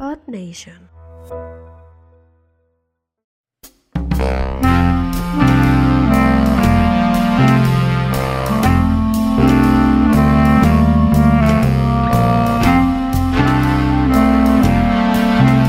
Earth Nation. Muy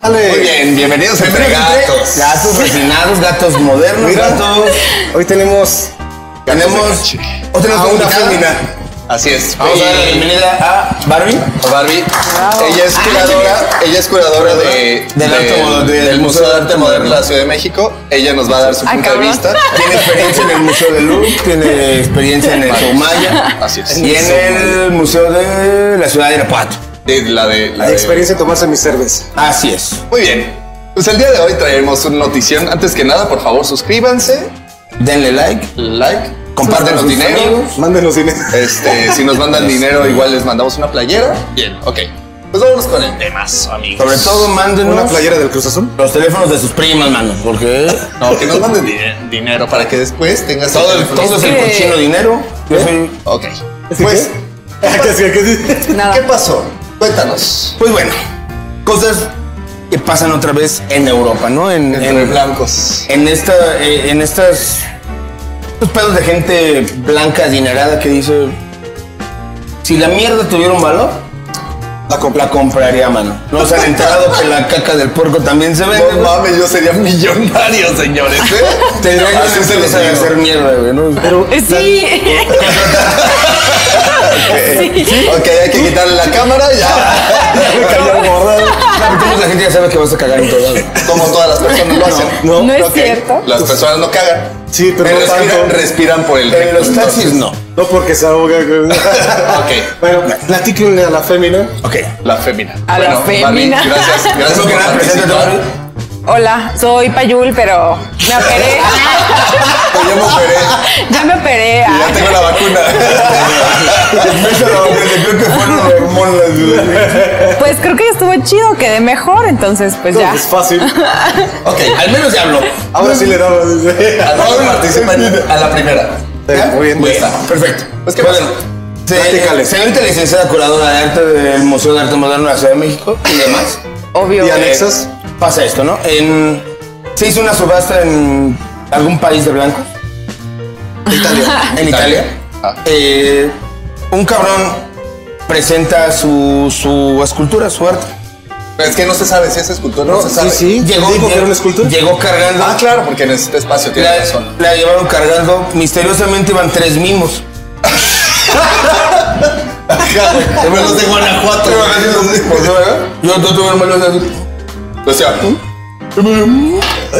Dale. bien, bienvenidos a Entre Gatos. Gatos refinados, gatos modernos. Mira. gatos. Hoy tenemos. Tenemos Hoy tenemos a Ah, una invitada. fémina. Así es. Vamos a darle la Y- bienvenida a Barbie. a Barbie. Ella Ah, es curadora, ella es curadora de, Del arte moderno, del del Museo de Arte Moderno de la Ciudad de México. Ella nos va a dar su Ah, punto de cabrón. vista. Tiene experiencia en el Museo de Louvre, tiene experiencia en el Soumaya Así es. y en el Museo de la Ciudad de Irapuato. De la de la La de- experiencia de tomarse mi cerveza. Así es. Muy bien. Pues el día de hoy traemos una notición. Antes que nada, por favor, suscríbanse, Denle like, like, compartan compártenos con sus dinero. amigos. Mándenos dinero. Este, si nos mandan dinero, igual les mandamos una playera. Bien, ok. Pues vámonos con el tema, amigos. Sobre todo, mándenos Una playera del Cruz Azul. los teléfonos de sus primas, mano, porque No, que nos manden di- dinero para que después tengas todo, el- todo es el que- cochino dinero. Yo soy Ok. ¿Sí, Pues, qué? Ah, que sí, que sí. Nada. ¿qué pasó? Cuéntanos. Pues bueno, cosas que pasan otra vez en Europa, ¿no? En, Entre en, blancos. en esta, eh, en estas, estos pedos de gente blanca adinerada que dice, si la mierda tuviera un valor, la, comp- la compraría mano. No se han enterado que la caca del puerco también se vende. No mames, yo sería millonario, señores. ¿eh? Tendrían que Así se los empezar a hacer digo. mierda, güey, ¿no? Pero Sí. Ok, hay que quitarle la cámara ya. me cayó gorda. Entonces la gente ya sabe que vas a cagar en todo lado. Como todas las personas lo hacen. No, es Ok, cierto. Las personas no cagan. Sí, pero no respiran, tanto. respiran por el En los taxis entonces- no. No porque se ahoga. güey. Ok. Bueno, platíquenle a la fémina. Ok. La fémina. A la fémina. Barbie, gracias. Gracias Eso que por nada, preséntate, participar. Barbie. Hola, soy Payul, pero me operé. Te llamo Pérez. ya me operé. Ah, y Ya tengo la vacuna. creo que fueron hormonas, Pues creo que estuvo chido, quedé mejor, entonces pues No, ya. Es fácil. Ok, al menos ya habló. Ahora sí le damos. A todos participan a la primera. Sí, Muy bien. Muy bien, perfecto. Pues, ¿qué Bueno, pasa? se- Platícale. señorita licenciada curadora de arte del Museo de Arte Moderno de la Ciudad de México y demás, Obvio. ¿Y anexos? pasa esto, ¿no? En- se hizo una subasta en algún país de blanco, Italia. en Italia. Ah. Eh, un cabrón presenta su, su escultura, su arte. Es que no se sabe si es escultura, no, se sabe. sí, sí. ¿Dijo que era una escultura? llegó cargando. Ah, claro, porque necesita espacio, tiene la, razón. la llevaron cargando. Misteriosamente iban tres mimos. Pero los de Guanajuato. Yo no tuve hermanos así. O sea,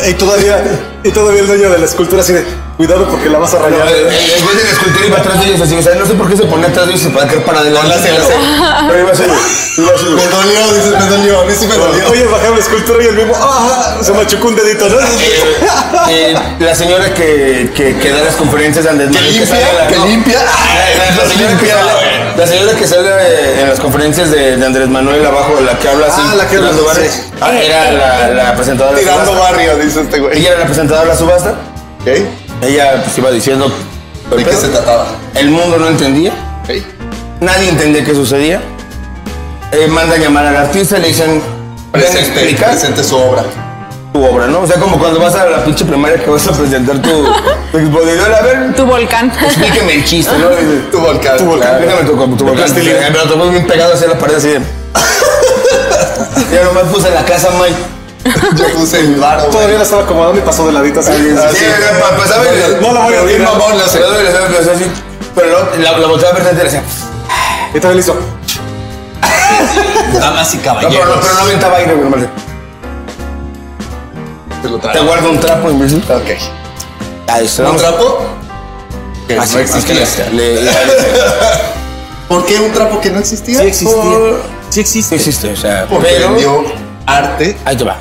Y todavía, y todavía el dueño de la escultura así de cuidado porque la vas a No, rayar. Eh, el- el el güey de la escultura iba atrás de ellos así, o sea, no sé por qué se ponía atrás de ellos y se ponía para adelante. No la sé, la sé. Pero iba así, iba así. me dolió, dices, me dolió, a mí sí me dolió. Oye, bajaron la escultura y el mismo ¡ah! se machucó un dedito. ¿no? Eh, eh, la señora que, que, que da las conferencias al Que desmadre. sale a limpia, la- que no. limpia. La- la- la señora que sale- La señora que sale eh, en las conferencias de, de Andrés Manuel abajo, la que habla así. Ah, la que habla, tirando sí. barrios. Ah, era la, la presentadora de la Tirando subasta. barrio, dice este güey. Ella era la presentadora de la subasta. ¿Ok? ¿De Ella pues iba diciendo. el qué pedo. se trataba? El mundo no entendía. ¿Ok? Nadie entendía qué sucedía. Eh, mandan llamar al artista, le dicen, ven a Presente, explicar presente su obra. tu obra, ¿no? O sea, como cuando vas a la pinche primaria que vas a presentar tu, tu exposición, a ver, Tu volcán. explíqueme el chiste, ¿no? Dice, Tu volcán. Tu volcán, déjame tu, tu volcán. plastilina. Eh, Pero tocó bien pegado hacia la pared así de... Yo nomás puse la casa, Mike. Yo puse el varo, güey. Todavía la estaba acomodando y pasó de ladito así. Así. Sí, eh, era pa- pasaba y- No la voy a Bien tirar. mamón, la cerraba y la cerraba, la cerraba así. Pero luego la, la volteaba a ver frente y le decía, Y también le hizo. Damas y no, pero, no, pero no aventaba aire, güey, nomás le, Te lo Te traigo. guardo un trapo, imbécil. Ok. Ahí está. ¿Un trapo? Que Así, no así que existía. le- le- le- ¿Por qué un trapo que no existía? Sí existía. Por- Sí existe. Sí existe, o sea, Porque pero... vendió arte. Ahí te va.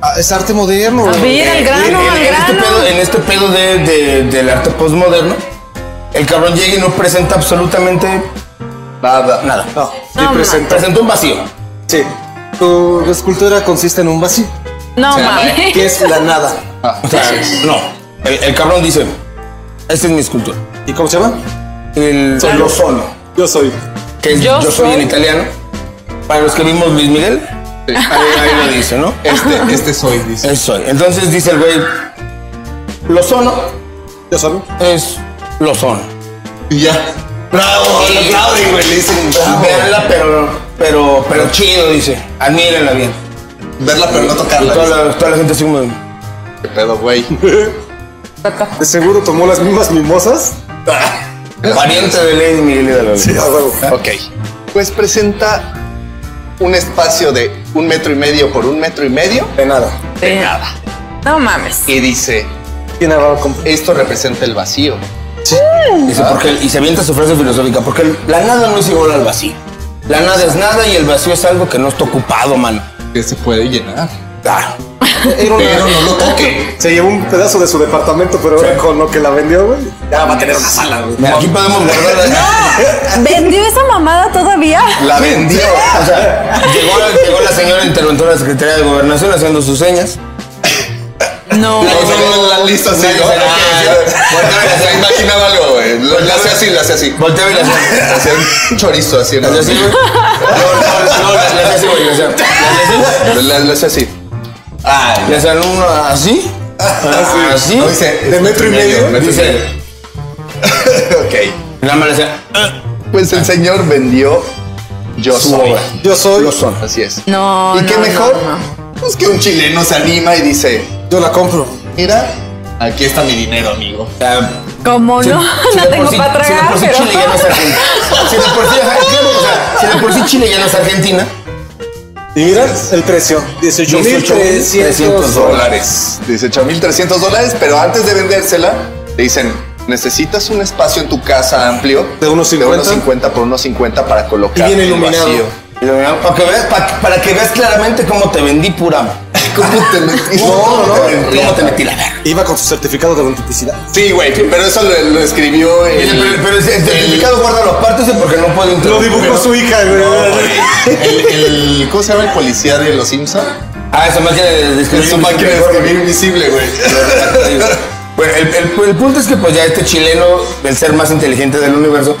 Ah, Es arte moderno. A ver, al grano, en, al en eh, este grano. pedo, en este pedo de, de- del arte postmoderno, El cabrón llega y no presenta absolutamente Nada. nada. No, No, sí, ma. presenta. Presentó un vacío. Sí. Tu escultura consiste en un vacío, No Se llama, mames. que es la nada. Ah, O sea, no. El, el cabrón dice, esta es mi escultura. ¿Y cómo se llama? El, Soy lo yo. solo, Yo soy. que es yo, Yo soy soy- en italiano. Para los que vimos Luis Miguel, sí. ahí, ahí lo dice, ¿no? Este, este soy, dice. Es soy. Entonces dice el güey, lo sono Yo soy. es lo sono. Y ya. Bravo, Sí. güey, le dicen bravo. Veanla, pero, pero, pero chido, dice. Admírenla bien. Verla, pero no Y toda tocarla. la, toda la gente así como... Qué pedo, güey. De seguro tomó las mismas mimosas. Pariente de Lady Miguel y de la Sí, a huevo. Ok. Pues presenta un espacio de un metro y medio por un metro y medio De nada. de nada. No mames. Y dice, ¿Quién hablaba con esto representa el vacío. Ah. Dice, porque el- y se avienta su frase filosófica, porque el- la nada no es igual al vacío. La nada es nada y el vacío es algo que no está ocupado, mano. Ah, Que se puede llenar. Claro. Era una- Pero no lo toque. Se llevó un pedazo de su departamento, pero ahora con lo que la vendió, güey. Ya va a tener una sala, güey. Mira, aquí podemos guardar la... ¿Vendió esa mamada todavía? La vendió. O sea, llegó, la- llegó la señora interventora de la Secretaría de Gobernación haciendo sus señas. No. Ahí tengo la lista así, ¿no? La imaginaba algo, güey. Lo- La hace así, la hace así. Voltea y la señora. Hacía un chorizo así, ¿no? Las así, güey. No, no, no, las- las así, güey. o sea, las así. Lo- la- Lo hace así. Ah, Le hacen uno así. Así. No, dice, ¿De metro y medio? metro y medio. Dice. Ok. Nada más le hacen, "Eh", Pues el señor vendió Yo su soy. obra. Yo soy. Lo son. Así es. No, ¿Y qué no, mejor? no, Pues que un chileno se anima y dice, Yo la compro. mira, aquí está mi dinero, amigo. O sea, ¿Cómo no? Si de no por tengo sí- para si de tragar, por sí pero. Chile ya no es Argentina. Si de por sí, ajá, claro, o sea, si de por sí Chile ya no es Argentina. Y mira el precio: 18,300 18,300 dólares. Dólares. 18.300 dólares, pero antes de vendérsela, le dicen, necesitas un espacio en tu casa amplio. De unos 50. 50 por unos 50 para colocar. Y bien el iluminado. vacío. Y lo miramos, Para que, veas, para, para que veas claramente cómo te vendí pura. ¿Cómo te metiste? No, no, Cómo te metí la verga. Iba con su certificado de autenticidad. Sí, güey, pero eso lo, lo escribió el... Dice, Pero, pero el certificado guarda los partes porque no puedo Lo interrumpir. dibujó su hija, güey. el- el- ¿Cómo se llama el policía de los Simpson? Ah, esa máquina de describir. Es su máquina de escribir invisible, güey. Bueno, el, el- el punto es que pues ya este chileno, el ser más inteligente del universo,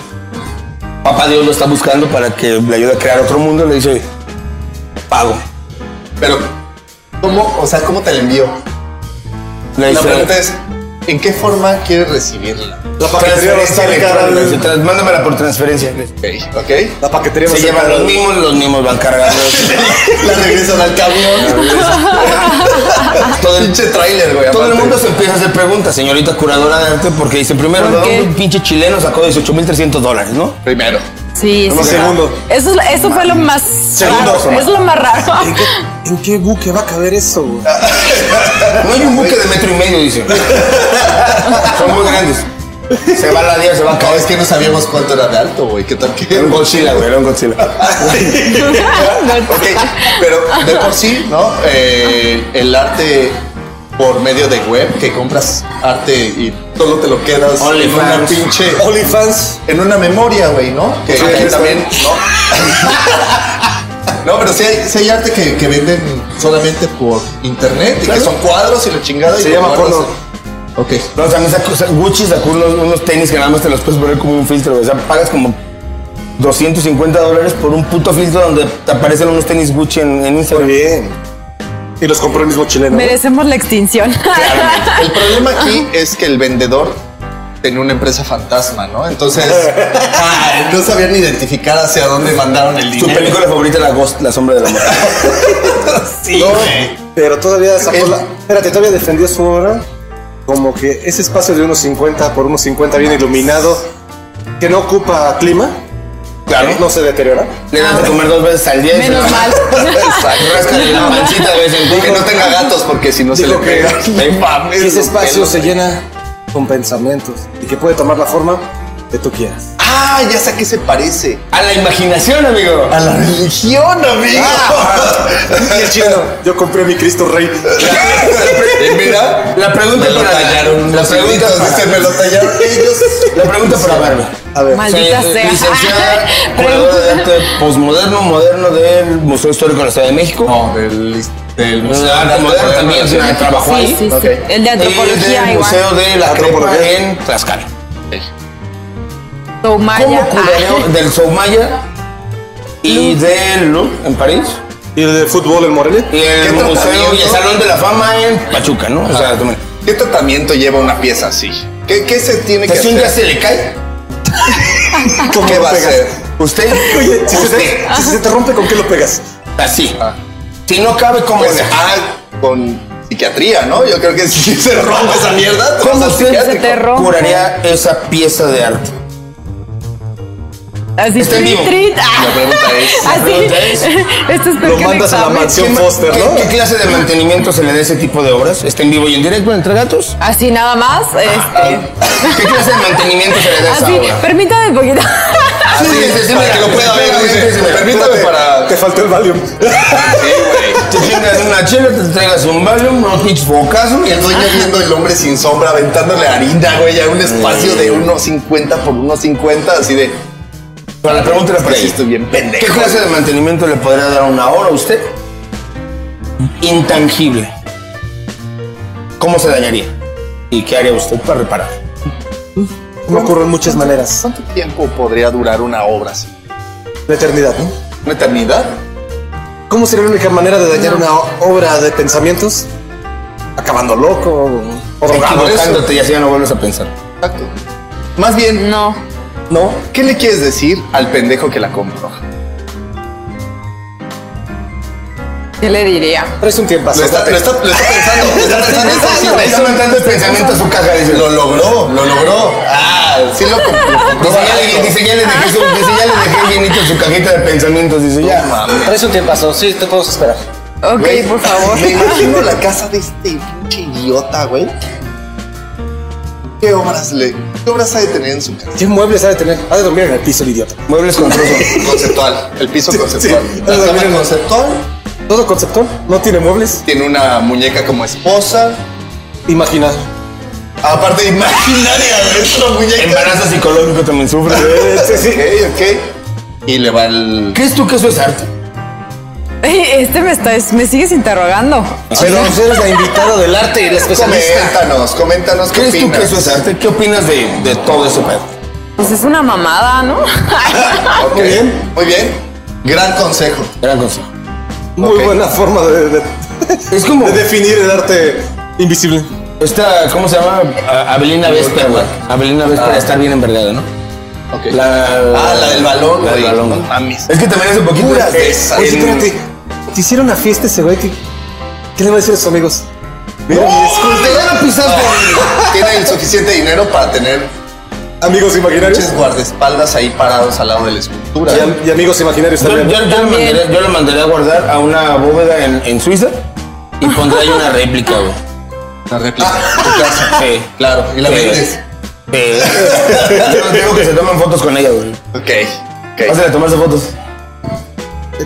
papá Dios lo está buscando para que le ayude a crear otro mundo, le dice, pago. Pero, ¿cómo? O sea, ¿cómo te la envió? Le La dice, pregunta es, ¿en qué forma quieres recibirla? La paquetería va a transferencia estar cara, electrónica, güey. dice, "Tras- Mándamela por transferencia. Ok, ok. La paquetería va a Se estar llevan cara, los güey. mismos, los mismos van cargando. La regresan al camión. Todo el, Pinche trailer, güey. todo el aparte. mundo se empieza a hacer preguntas, señorita curadora de arte, porque dice, primero, ¿Por ¿de qué? dónde un pinche chileno sacó 18.300 dólares, no? Primero. Sí, sí. Como segundo. Eso, es- eso fue lo más. Segundo. raro. Es lo más ¿En raro. qué, ¿En qué buque va a caber eso, güey? Ah. No hay un buque de metro y medio, dice. Son muy grandes. Se va la día, se va a No, caer. es que no sabíamos cuánto era de alto, güey. ¿Qué tal que...? Era un Godzilla, güey, era un Godzilla. Ok, pero de por sí, ¿no? Eh, el arte por medio de web, que compras arte y solo te lo quedas en una OnlyFans. Pues pinche... OnlyFans. En una memoria, güey, ¿no? Que Sí, que está. también, ¿no? No, pero sí hay, sí hay arte que, que venden solamente por internet y que son cuadros y la chingada. y Se lo llama guardas porno. en- Ok. No, también sacó, sa- Gucci sacó unos, unos tenis que nada más te los puedes poner como un filtro, güey. O sea, pagas como 250 dólares por un puto filtro donde te aparecen unos tenis Gucci en, en Muy Instagram. bien. Y los compró el mismo chileno. güey. Merecemos la extinción. El problema aquí es que el vendedor tenía una empresa fantasma, ¿no? Entonces, ay, no sabían identificar hacia dónde mandaron el Su dinero. película favorita la Ghost, La Sombra de la Muerte. No, pero todavía sacó El- la- Espérate, todavía defendió su obra. Como que ese espacio de unos 50 por unos 50 bien iluminado, que no ocupa clima, Claro. no se deteriora. Le das de comer dos veces al día. y se Ah. la- Menos mal. Ráscale la pancita de vez en Que no cuando. tenga gatos porque si no se le Dijo que- pega. que mames, ese los espacio pelos, se güey. llena con pensamientos y que puede tomar la forma que tú quieras. Ah, ya sé a qué se parece. A la imaginación, amigo. A la religión, amigo. Ah, Y el chino, yo compré mi Cristo Rey. Eh, mira, La pregunta me lo para- tallaron. la los pregunta deditos, para- dice, me lo tallaron ellos. La pregunta para Barbie. A ver, Maldita Soy, eh, sea. Licenciada, Ay, curadora de pregunta. arte posmoderno, moderno del Museo Histórico de la Ciudad de México. No, del, del Museo de Arte Moderno Arte Moderno también de la se Ciudad. trabajó Sí, ahí. sí, sí. Ok. El de antropología del igual. Museo de la Crepa Antropología. en Tlaxcala. Soumaya. ¿Cómo Ah. curadeo del Soumaya y del Louvre en París? ¿y el de fútbol en Morelia? Y el Museo y el tratamiento? Ah. Salón de la Fama en Pachuca, ¿no? O sea, también. ¿Qué tratamiento lleva una pieza así? ¿Qué, qué se tiene que Si un día hacer? se le cae, ¿Con ¿Qué lo va a pegas? hacer? usted, Oye, si se, usted, te, si se te rompe, ¿con qué lo pegas? así. Ah. Si no cabe, ¿cómo Pues, le ah, con psiquiatría, ¿no? Yo creo que si se rompe esa mierda, te vas ¿Cómo al usted se psiquiátrico. te rompe? curaría esa pieza de arte? Así Está en trit, vivo. trit. La pregunta es, Así. pregunta es, Esto es Lo peor que un mandas a la examen. mansión Foster, ¿Qué, ¿no? qué clase de mantenimiento se le da a ese tipo de obras? ¿Está en vivo y en directo entre gatos? Así nada más. Este, ¿Qué clase de mantenimiento se le da a esa así, obra? permítame un poquito. Sí, sí, sí, sí, para que lo pueda ver, dice, permítame para... Ah, Te faltó el Valium. Sí, güey. Te chingas una chela, te traigas un Valium, unos pinches bocazos. Y el dueño viendo el hombre sin sombra aventándole harina, güey, a un espacio de 1.50 por 1.50, así de... Para la pregunta era para Pero sí ella. estoy bien ¿Qué pendejo. clase de mantenimiento le podría dar una hora a usted? Intangible. ¿Cómo se dañaría? ¿Y qué haría usted para reparar? Me ocurren muchas maneras. ¿Cuánto tiempo podría durar una obra así? La eternidad, ¿no? ¿Una eternidad? ¿Cómo sería la única manera de dañar una o- obra de pensamientos? Acabando loco o drogado. Equivocándote y así ya no vuelves a pensar. Exacto. Más bien, No. ¿no? ¿Qué le quieres decir al pendejo que la compró? ¿Qué le diría? Traes un tiempo Lo está, lo está- lo está pensando, lo está pensando. sí, Le güey. está mandando el pensamiento a su caja. Dice, Lo logró, lo logró. Ah, sí lo compró. Dice, ya le, dice, ya le dejé, su, dice, ya le dejé bienito su cajita de pensamientos. Dice, ya. Traes un tiempazo, sí, te podemos esperar. Ok, Güey, por favor. Me imagino la casa de este pinche idiota, güey. ¿Qué obras le, qué obras ha de tener en su casa? ¿Qué muebles ha de tener? Ha de dormir en el piso el idiota. Muebles con trozo. Conceptual, el piso conceptual. sí. La cama Miren. conceptual Todo conceptual. No tiene muebles. tiene una muñeca como esposa. Imaginar. Aparte imaginaria, güey, es una muñeca. Embarazo psicológico también sufre. Eh, Sí, sí. Ok, ok. Y le va el. ¿Crees tú que eso es arte? Ey, Este me, está, me sigues interrogando. Pero usted es la invitada del arte. Arte y la especialista. Coméntanos, coméntanos qué ¿Crees tú opinas. que eso es arte? ¿Qué opinas de, de todo ese pedo? Pues es una mamada, ¿no? Ok, Muy bien. Muy bien. Gran consejo. Gran consejo. Muy Ok. buena forma de, de- Es como de definir el arte invisible. esta, ¿cómo se llama? A- Abelina Vesper, güey. Abelina Vesper de estar bien envergada, ¿no? Ok. La, ah, la del balón. La del güey. balón. No güey. Ah, mames. Es que también hace poquito. Puras de eh, esas. Oye, en- espérate. Te hicieron una fiesta ese güey. ¿Qué, qué le va a decir a sus amigos? ¡Oh! Mira, mi escudo. Te van a pisar por- Ah, Tiene el suficiente dinero para tener Amigos imaginarios. muchos guardaespaldas ahí parados al lado de la escultura. Y, am- y amigos imaginarios Yo, yo, también. yo lo mandaría, yo lo mandaría a guardar a una bóveda en, en Suiza y pondría ahí una réplica, güey. La réplica. Tu casa. Sí. Claro. Y la Sí. vendes. Sí. Yo digo que se tomen fotos con ella, güey. Ok. Hacen Ok. a tomarse fotos.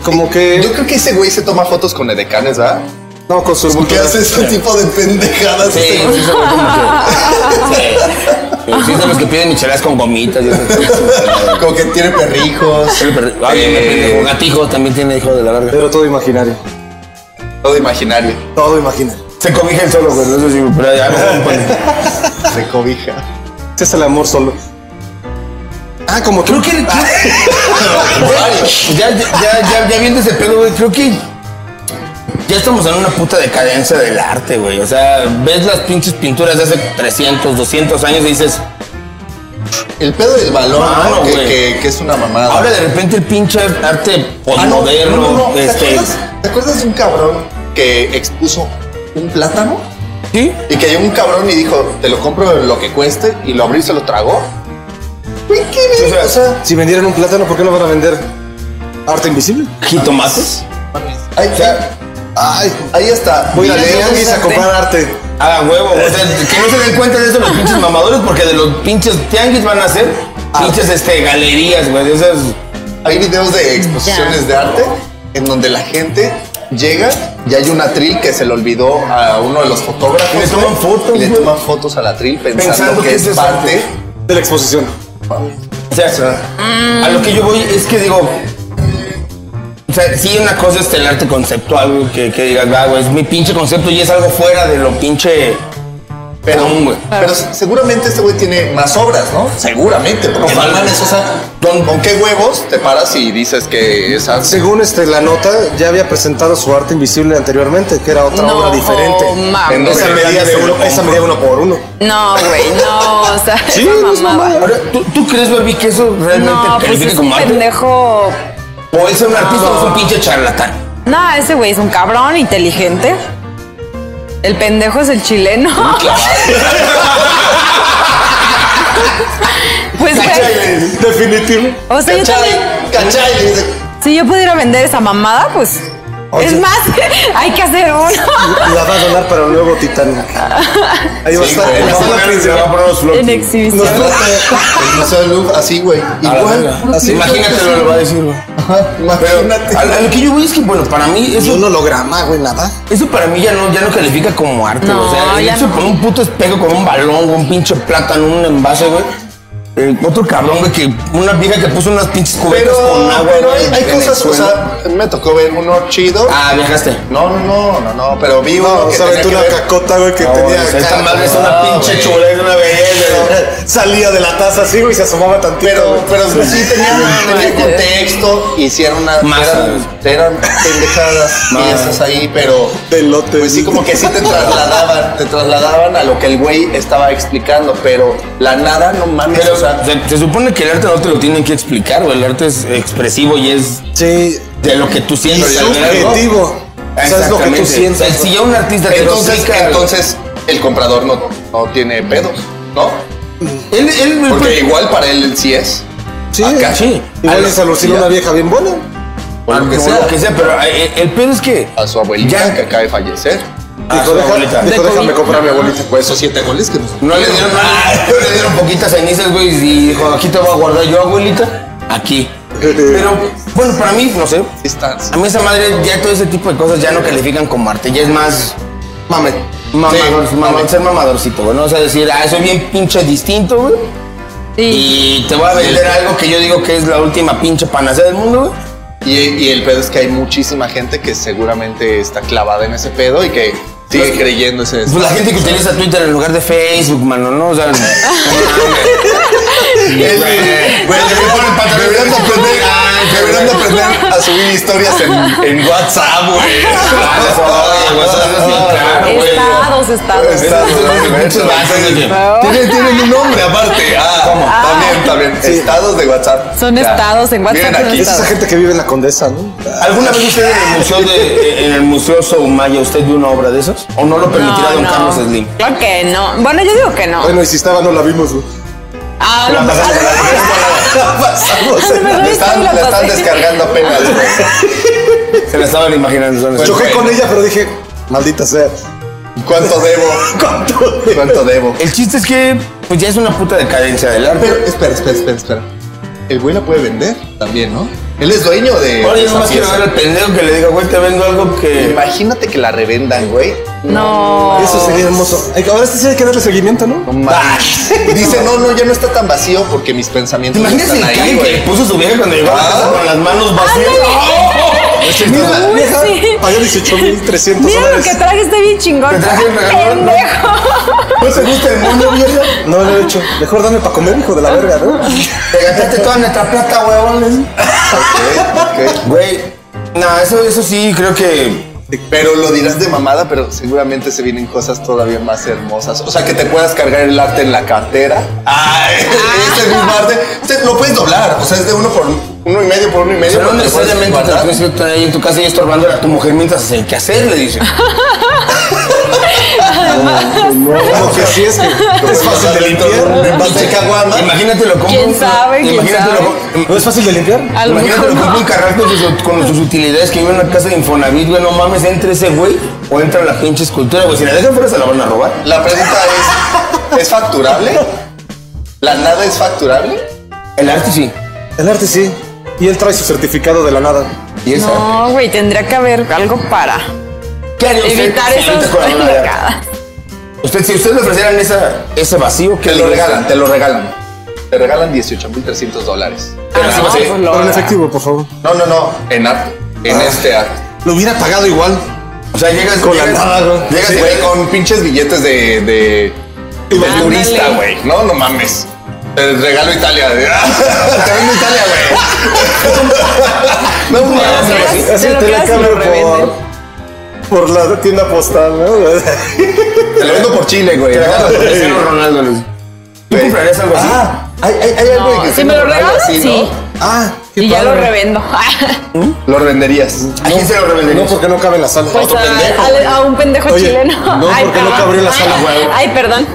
Como que. Yo creo que ese güey se toma fotos con edecanes, ¿verdad? No, con sus Porque culturas. hace ese tipo de pendejadas. Sí, este sí, güey. son como que- Sí. Sí, son los que piden micheladas con gomitas y esas cosas. Como que tiene perrijos. Sí, pero- Ah, bien, Eh, pendejo. Gatijos también tiene hijo de la verga. Pero todo imaginario. Todo imaginario. Todo imaginario. Se cobija el solo, güey. No sé si, pero ya no se pone. Se cobija. Ese es el amor solo. Ah, como que. Creo que. ya, ya, ya, ya, ya viendo ese pedo, güey, creo que. Ya estamos en una puta decadencia del arte, güey. O sea, ves las pinches pinturas de hace 300, 200 años y dices. El pedo del balón, Mano, ¿no? que, güey. que- que es una mamada. Ahora de repente el pinche arte Ah, no, postmoderno. no, no, no. ¿Te, este, acuerdas, te acuerdas de un cabrón que expuso un plátano? ¿Sí? Y que llegó un cabrón y dijo, te lo compro lo que cueste, y lo abrió y se lo tragó. Güey, ¿Qué O sea, O sea, Si vendieran un plátano, ¿por qué no van a vender arte invisible? Jitomates. hay, hay- hay hasta... Voy a Mira, leer ya Anguis a usaste- comprar arte. Ah, huevo. O sea, que no se den cuenta de eso los pinches mamadores, porque de los pinches tianguis van a ser Pinches este, galerías, güey, de esas. Hay videos de exposiciones de arte en donde la gente llega y hay un atril que se le olvidó a uno de los fotógrafos. Y le toman güey, fotos, y le güey. toman fotos al atril pensando, Pensando que, que es es eso. parte. de la exposición. O sea, a lo que yo voy es que digo. O sea, sí, una cosa es el arte conceptual, güey, que, que digas, va, güey, es mi pinche concepto y es algo fuera de lo pinche. Pero, común, güey. pero seguramente este güey tiene más obras, ¿no? Seguramente, porque no mames, o sea, ¿con, con qué huevos te paras y dices que es arte? Según este, la nota, ya había presentado su arte invisible anteriormente, que era otra No, oh, obra diferente. mames. En esa Pero medida nadie de se lo uno, esa medía uno por uno. No, güey, no, o sea, Sí, esa no es mamada. mamada. Ahora, ¿tú, tú crees, Barbie, que eso realmente No, pues califica es un como arte? pendejo. ¿O es un artista o es un pinche charlatán? No, ese güey es un cabrón inteligente. El pendejo es el chileno. pues güey, Definitivo. o sea, yo también, ¿Cachai? ¿Cachai? Y dice, si yo pudiera vender esa mamada, pues Oye. es más, hay que hacer uno La va a donar para el nuevo Titanic. Ahí va a Sí, estar. güey. en la No, sala principal. en exhibición. Nos va El Museo del Louvre, así, güey. Igual. así. Imagínate lo que va a decir, güey. Ajá, Pero imagínate. a, a lo que yo voy es que, bueno, para mí, a- eso, un holograma, güey, nada. eso para mí ya no, ya no califica como arte. No, güey. o sea, el ya hecho de no. poner un puto espejo con un balón, un pinche plátano, un envase, güey. Eh, otro cabrón, güey, que una vieja que puso unas pinches cubetas Pero, con agua. pero güey, hay, hay en el cosas, o suelo. sea, me tocó ver uno chido. Ah, viajaste. No, no, no, no, no, pero vi uno No, que sabes tenía tú que la ver- cacota, güey, que No, tenía. esa cara- madre es una no, pinche güey. chula, es una belleza. Salía de la taza así, güey, y se asomaba tantito. Pero, güey. pero sí tenía, tenía no, contexto, hicieron una... Masa. Eran, eran pendejadas piezas ahí, pero... De lote. Pues sí, como que sí te trasladaban, te trasladaban a lo que el güey estaba explicando, pero la nada, no mames, Pero o sea... se, se supone que el arte no te lo tienen que explicar, güey. El arte es expresivo y es Sí. de lo que tú Y sientes. al ver algo. subjetivo. Sabes lo que tú Exactamente. sientes. O sea, si ya un artista te lo Entonces, explica, entonces el comprador no, no tiene pedos, ¿no? él, él, él- Porque igual para él sí es. Sí. Acá sí. Igual A es la- alucina ya. una vieja bien buena. O lo que sea. Lo que sea, pero eh, el, pedo es que. A su abuelita Ya. que acaba de fallecer. A Dijo, su "Deja- abuelita. dijo, De déjame COVID. comprar a mi abuelita. Pues esos siete goles que nos. No le dieron, Ah. no le dieron poquitas cenizas, güey, y dijo, aquí te voy a guardar yo, abuelita, aquí. Pero, bueno, para mí, no sé, Distancia. a mí esa madre, ya todo ese tipo de cosas ya no califican como arte, ya es más Mame. mamador, Sí, mama- mame. ser mamadorcito, güey, ¿no? O sea, decir, ah, soy bien pinche distinto, güey, Sí. y te voy a vender algo que yo digo que es la última pinche panacea del mundo, güey. Y, y el pedo es que hay muchísima gente que seguramente está clavada en ese pedo y que sigue creyendo ese. Pues la gente que utiliza Twitter en lugar de Facebook, mano, ¿no? O sea, Es de- güey, deberían- deberían de aprender, deberían de aprender a subir historias en, en WhatsApp, güey. Oye, güey, eso es bien ah, claro, güey. Estados, estados. Estados, Muchos vatos de que- Tienen, tienen un nombre aparte. Ah, También, también. Estados de WhatsApp. Son estados en WhatsApp, Miren son aquí. Es esa estados. gente que vive en la condesa, ¿no? ¿Alguna vez usted en el museo de en el museo Soumaya usted vio una obra de esas? ¿O no lo permitirá don Carlos Slim? Claro que no. Bueno, yo digo que no. Bueno, y si estaba, no la vimos, güey. Ah, lo pasamos pasamos. Pasamos. La están, la están descargando apenas, güey. Se la estaban imaginando. son esas. Choqué con ella, pero dije, maldita sea. ¿Cuánto debo? ¿Cuánto? ¿Cuánto debo? El chiste es que pues ya es una puta decadencia del arte. Pero, espera, espera, espera, espera. El güey la puede vender también, ¿no? Él es dueño de. Ahora yo esa nomás quiero pieza. ver al pendejo que le diga, güey, te vendo algo que. Imagínate que la revendan, güey. No. Eso sería hermoso. Ay, Ahora sí hay que darle seguimiento, ¿no? Bah. Dice, no, no, ya no está tan vacío porque mis ¿Te pensamientos imaginas están el ahí, cague que le güey. puso su vieja cuando llegó a la casa con las manos vacías? Mira, Uy, vieja, sí. pagué 18.300 Mira lo dólares. que traje, está bien chingón. Te traje el regalo, ¿no? Pendejo. ¿No te gusta el mundo, vieja? No lo he hecho. Mejor dame para comer, hijo de la verga, ¿no? Te gastaste toda nuestra plata, huevones. Ok, Güey, no, eso, eso sí, creo que. ok. Pero lo dirás de mamada, pero seguramente se vienen cosas todavía más hermosas. O sea, que te puedas cargar el arte en la cartera. Ay, ese mismo arte. Este lo puedes doblar. O sea, es de uno por uno y medio por uno y medio. Pero no pero te puedes necesariamente te guardar. tienes que estar ahí en tu casa y estorbando a tu mujer mientras hace el hacer, le dice. Como que sí es que es fácil de limpiar. Imagínatelo como. ¿Quién sabe? ¿Quién Imagínatelo sabe? como- ¿No es fácil de limpiar? A lo Imagínatelo mejor como no. un carral con sus, con sus utilidades que vive en una casa de Infonavit, güey. No mames, entre ese güey o entra la pinche escultura, güey. Si la dejan fuera, se la van a robar. La pregunta es, ¿es facturable? ¿La nada es facturable? El arte sí. El arte sí. Y él trae su certificado de la nada. Y es arte. No, güey, tendría que haber algo para ¿Qué haría usted evitar si ahorita esas con la luna de arte? pendejadas. Usted, si ustedes le ofrecieran esa, ese vacío, ¿qué Te le lo diría? regalan, te lo regalan. Te regalan 18.300 dólares. Ah, no, sí. pues lo- Pero en efectivo, por favor. No, no, no. En arte. En este arte. Lo hubiera pagado igual. O sea, llegas Con la llegas- nada, güey. Llegas Sí, y- güey, con pinches billetes de. de. de Ándale. turista, güey. No, no mames. Te regalo Italia. Te vendo Italia, güey. No mames. Pero güey. sí, te lo quedas y lo revenden. por, por la tienda postal, ¿no? Te lo vendo por Chile, güey. Te ¿no? regalas a Cristiano Ronaldo. Luis. ¿Tú Güey. comprarías algo así? Ah, hay, hay, hay algo de No, que si me lo regalas, así, ¿no? sí. Ah, qué Y ya lo padre. revendo. Lo venderías. ¿A quién se lo No, revenderías? porque no cabe en la sala. Pues a, pendejo, al- a un pendejo Oye, chileno. no, porque no perdón. cabrió la sala, Ay, güey. ay, perdón.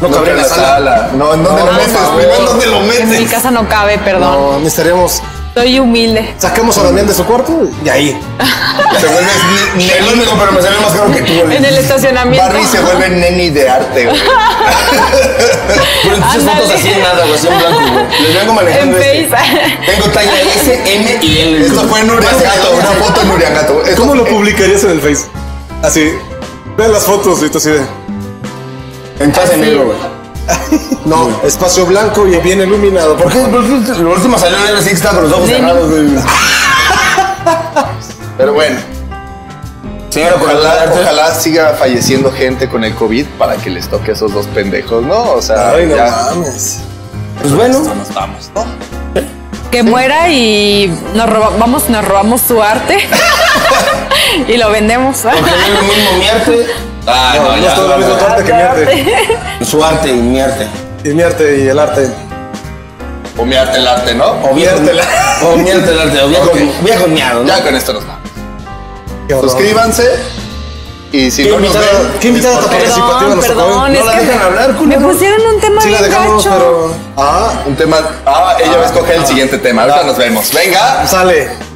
No, cabe en la sala. No, ¿en dónde No, lo Ah. por metes? favor. Primero, ¿en dónde lo En mi metes? casa no cabe, perdón. No, necesitaríamos. Soy humilde. Sacamos a Damián de su cuarto y ahí. Te vuelves ni- ni el único, pero me salió más caro que tú, güey. En el estacionamiento. Barry se vuelve neni de arte, güey. Pero entonces Ándale. fotos así en nada, güey, así en blanco, güey. Les vengo En manejando este. Face. Tengo talla S, M y L. Esto fue en Uriangato, una foto en Uriangato. Esto ¿Cómo lo fue- publicarías en el Face? Así. Vean las fotos y tú así de. En paz de negro, güey. No, espacio blanco y bien iluminado. ¿Por qué? ¿Por qué? Lo último salió en el así que estaba con los ojos Nene. cerrados, güey. Pero bueno, Señora, con el ojalá, arte. ojalá siga falleciendo gente con el COVID para que les toque a esos dos pendejos, ¿no? O sea, Ay, no ya. mames. Pues bueno. nos vamos, ¿no? Que muera y nos roba- vamos, nos robamos su arte y lo vendemos. Porque no es lo mismo mi arte, Ah, no, No es todo lo mismo tu arte que mi arte. su arte y mi arte. Y mi arte y el arte. O mi arte, el arte, ¿no? O viejo, o mi arte, el arte, o viejo, Ok. viejo miado, ¿no? Ya con esto nos vamos. Qué horror. Suscríbanse. Y si ¿Qué no nos invitada- ven, qué invitada tan disculpen. participativa Perdón, nos tocó, perdón, ¿eh? es No la que dejan hablar, me culera. pusieron un tema Sí la bien dejamos, gacho. pero. Ah, un tema. Ah, ella va a escoger el siguiente tema. Ahorita nos vemos. Venga. Sale.